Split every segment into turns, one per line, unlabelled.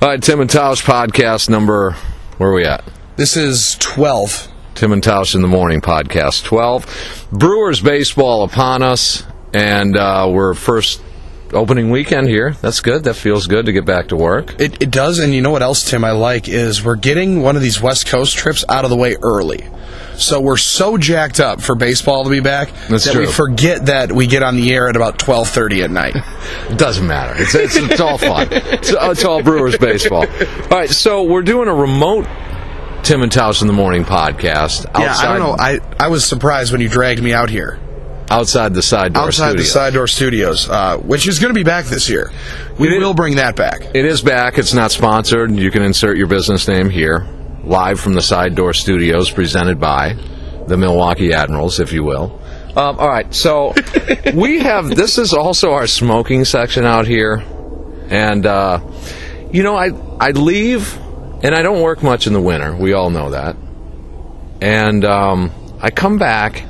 All right, Tim and Tosh podcast number, where are we at?
This is 12.
Tim and Tosh in the Morning podcast 12. Brewers baseball upon us, and uh, we're first opening weekend here. That's good. That feels good to get back to work.
It, it does, and you know what else, Tim, I like is we're getting one of these West Coast trips out of the way early. So we're so jacked up for baseball to be back
That's
that we
true.
forget that we get on the air at about 12.30 at night.
Doesn't matter. It's, it's, it's all fun. It's, it's all Brewers baseball. All right, so we're doing a remote Tim and Tosh in the Morning podcast outside,
yeah, I don't know. I, I was surprised when you dragged me out here.
outside the side door
Outside
studio.
the Side Door Studios, uh, which is going to be back this year. We
It is-
will bring that back.
It is back. It's not sponsored. You can insert your business name here. Live from the Side Door Studios, presented by the Milwaukee Admirals, if you will. Um, all right, so we have this is also our smoking section out here, and uh, you know I I leave and I don't work much in the winter. We all know that, and um, I come back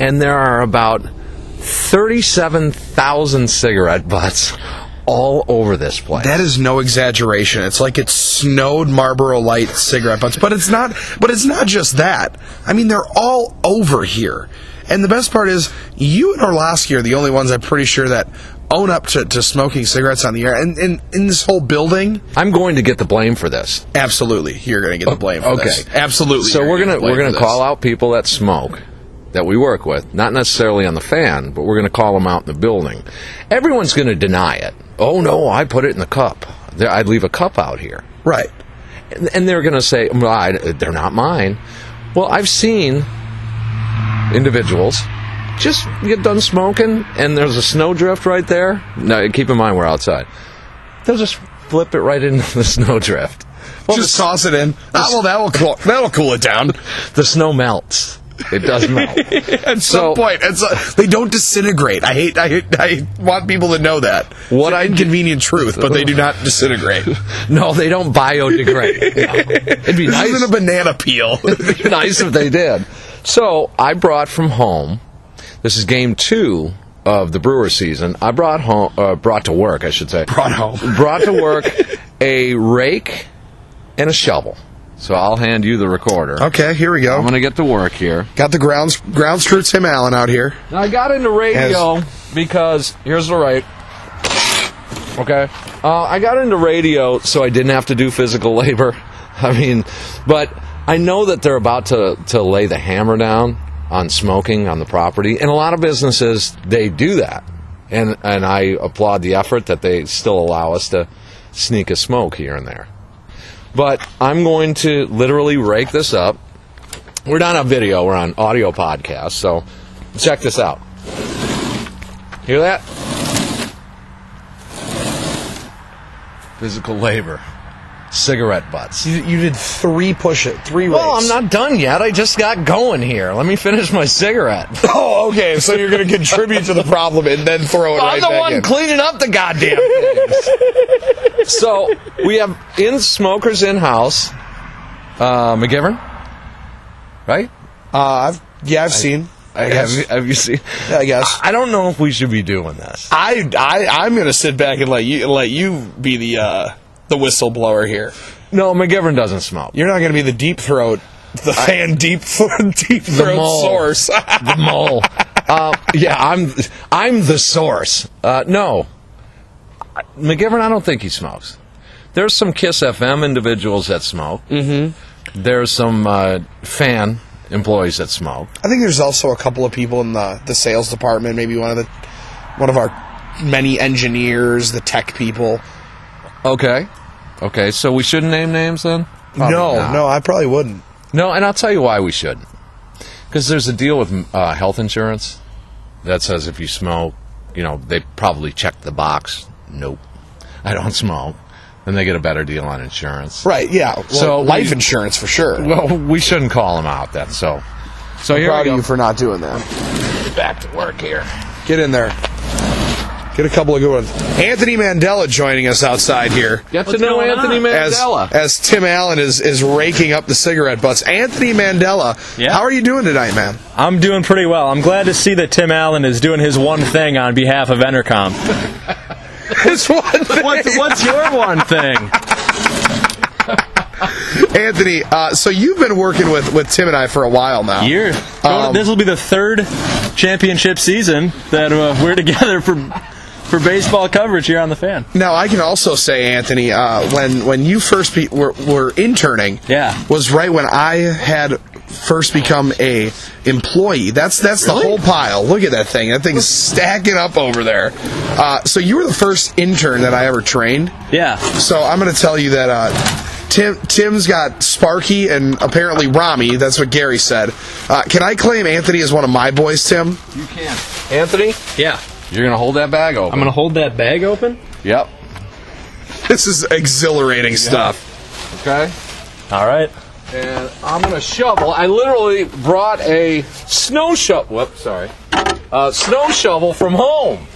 and there are about thirty-seven thousand cigarette butts all over this place.
That is no exaggeration. It's like it snowed Marlboro Light cigarette butts, but it's not. But it's not just that. I mean, they're all over here. And the best part is, you and Orlowski are the only ones I'm pretty sure that own up to, to smoking cigarettes on the air. And in in this whole building,
I'm going to get the blame for this.
absolutely, you're going to get the blame. For
okay.
this. absolutely.
So
you're
we're
gonna
gonna
get the blame
we're gonna
for this.
call out people that smoke that we work with, not necessarily on the fan, but we're gonna call them out in the building. Everyone's gonna deny it. Oh no, I put it in the cup. There- I'd leave a cup out here,
right.
and, and they're gonna say, well, I, they're not mine. Well, I've seen individuals just get done smoking, and there's a snowdrift right there. Now, keep in mind we're outside. They'll just flip it right into the snowdrift. Well,
Just toss it in. Ah, well, that will cool, that'll cool it down.
the snow melts. It does melt.
At
So-
some point, it's a, they don't disintegrate. I hate, I hate. I want people to know that.
What
It's an
I-
inconvenient truth, but they do not disintegrate. this
no, they don't biodegrade. No. It'd be nice.
isn't a banana peel.
it'd be nice if they did. So I brought from home. This is game two of the Brewer season. I brought home, uh, brought to work, I should say.
Brought home.
brought to work a rake and a shovel. So I'll hand you the recorder.
Okay, here we go.
I'm gonna get to work here.
Got the grounds grounds crew Tim Allen out here.
Now, I got into radio because here's the right. Okay, uh, I got into radio so I didn't have to do physical labor. I mean, but I know that they're about to to lay the hammer down on smoking on the property, and a lot of businesses they do that, and and I applaud the effort that they still allow us to sneak a smoke here and there. But I'm going to literally rake this up. We're not on video, we're on audio podcast, so check this out. Hear that? Physical labor. Cigarette butts.
You, you did three push it, three
Well, I'm
rakes.
not done yet. I just got going here. Let me finish my cigarette.
Oh, okay. So you're going to contribute to the problem and then throw it right
I'm the
back
one
in.
cleaning up the goddamn things. so we have in smokers in house. Uh, McGivern, right?
uh, I've, yeah, I've seen. I guess.
Have, you- have you seen?
I guess.
I don't know if we should be doing this.
I, I, I'm going to sit back and let you let you be the uh, the whistleblower here.
No, McGivern doesn't smoke.
You're not going to be the deep throat, the fan deep throat, deep throat
mole.
source.
the mole. Uh, yeah, I'm I'm the source. Uh, no, McGivern, I don't think he smokes. There's some Kiss FM individuals that smoke. Mm-hmm. There's some uh, fan employees that smoke.
I think there's also a couple of people in the, the sales department, maybe one of the one of our many engineers, the tech people.
Okay. Okay, so we shouldn't name names then? Probably
no,
not.
no, I probably wouldn't.
No, and I'll tell you why we should. Because there's a deal with uh, health insurance that says if you smoke, you know, they probably check the box. Nope, I don't smoke. Then they get a better deal on insurance.
Right, yeah. Well,
So
life
we-
insurance for sure.
Well, we shouldn't call them out then. So, so here
proud
we
of
go.
you for not doing that.
Back to work here.
Get in there. Get a couple of good ones. Anthony Mandela joining us outside here.
Get
What's
to know
going
Anthony
on?
As,
Mandela.
as Tim Allen is, is raking up the cigarette butts. Anthony Mandela,
Yeah.
how are you doing tonight, man?
I'm doing pretty well. I'm glad to see that Tim Allen is doing his one thing on behalf of Entercom.
It's one thing.
What's, what's your one thing?
Anthony, uh, so you've been working with, with Tim and I for a while now.
You're,
Um,
this will be the third championship season that uh, we're together for for baseball coverage here on the fan.
Now I can also say, Anthony, uh, when when you first be, were, were interning,
Yeah.
was right when I had first become a employee. That's that's the whole pile. Look at that thing. That thing's stacking up over there. Uh, so you were the first intern that I ever trained.
Yeah.
So I'm going to tell you that uh, Tim Tim's got Sparky and apparently Rami. That's what Gary said. Uh, can I claim Anthony is one of my boys, Tim?
you can. Anthony,
Yeah.
you're gonna hold that bag open.
I'm going to hold that bag open.
Yep.
This is exhilarating stuff.
Okay.
All right.
And I'm gonna shovel. I literally brought a snow shovel. Whoops, sorry. Uh, snow shovel from home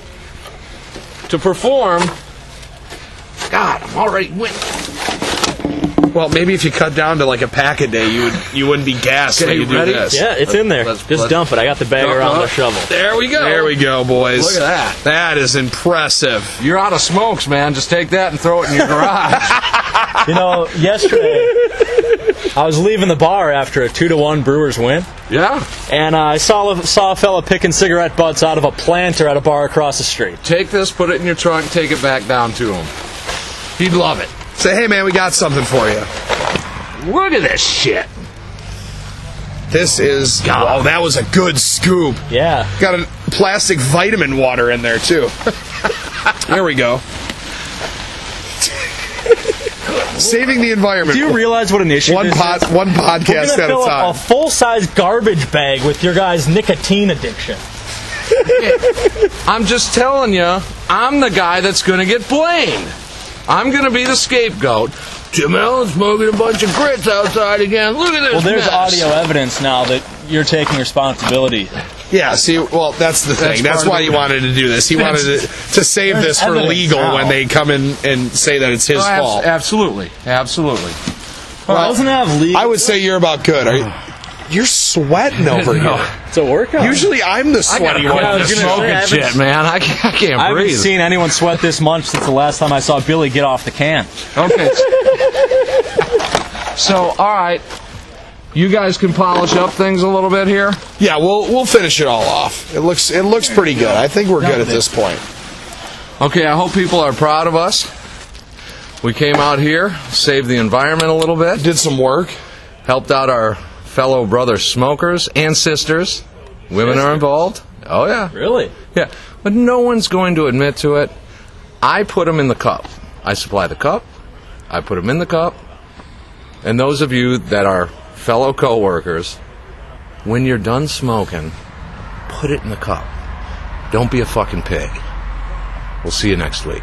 to perform. God, I'm already wet.
Well, maybe if you cut down to like a pack a day, you would you wouldn't be gassed
Okay,
when you do
ready?
this.
Yeah, it's in there.
Let's-
Just
let's-
dump it. I got the bag around the shovel.
There we go.
There we go, boys.
Look at that.
That is impressive.
You're out of smokes, man. Just take that and throw it in your garage.
You know, yesterday I was leaving the bar after a two to one Brewers win.
yeah.
and uh, I saw a, saw a fella picking cigarette butts out of a planter at a bar across the street.
Take this, put it in your trunk, take it back down to him. He'd love it.
Say, hey man, we got something for you.
Look at this shit.
This is wow. That was a good scoop.
Yeah,
Got a plastic vitamin water in there too. there we go. Saving the environment.
do you realize what an issue
one
this
pod,
is?
one
We're
podcast
gonna
at a
fill up
time.
a full size garbage bag with your guys' nicotine addiction.
I'm just telling you, I'm the guy that's going to get blamed. I'm going to be the scapegoat. Tim Allen's smoking a bunch of grits outside again. Look at this.
Well, there's
mess.
audio evidence now that you're taking responsibility.
Yeah, see, well, that's the thing. That's,
part of
why
the-
he wanted to do this. He wanted to, to save
There's
this for
evidence
legal
now.
when they come in and say that it's his
Oh, abs-
fault.
Absolutely. Absolutely.
Well, doesn't that have legal?
I would say you're about good. Are you, you're sweating over
No.
here.
it's a workout.
Usually I'm the
I gotta
sweaty
quit
one.
I was
this
gonna
smoking
say, I haven't-
shit, man. I, ca- I can't
I haven't
breathe.
seen anyone sweat this much since the last time I saw Billy get off the can.
Okay. so, all right. You guys can polish up things a little bit here.
Yeah, we'll we'll finish it all off. It looks it looks pretty good. I think we're good at this point.
Okay, I hope people are proud of us. We came out here, saved the environment a little bit.
Did some work.
helped out our fellow brother smokers and sisters. Women are involved. Oh yeah,
Really?
yeah. But no one's going to admit to it. I put them in the cup. I supply the cup. I put them in the cup. And those of you that are fellow coworkers, when you're done smoking, put it in the cup. Don't be a fucking pig. We'll see you next week.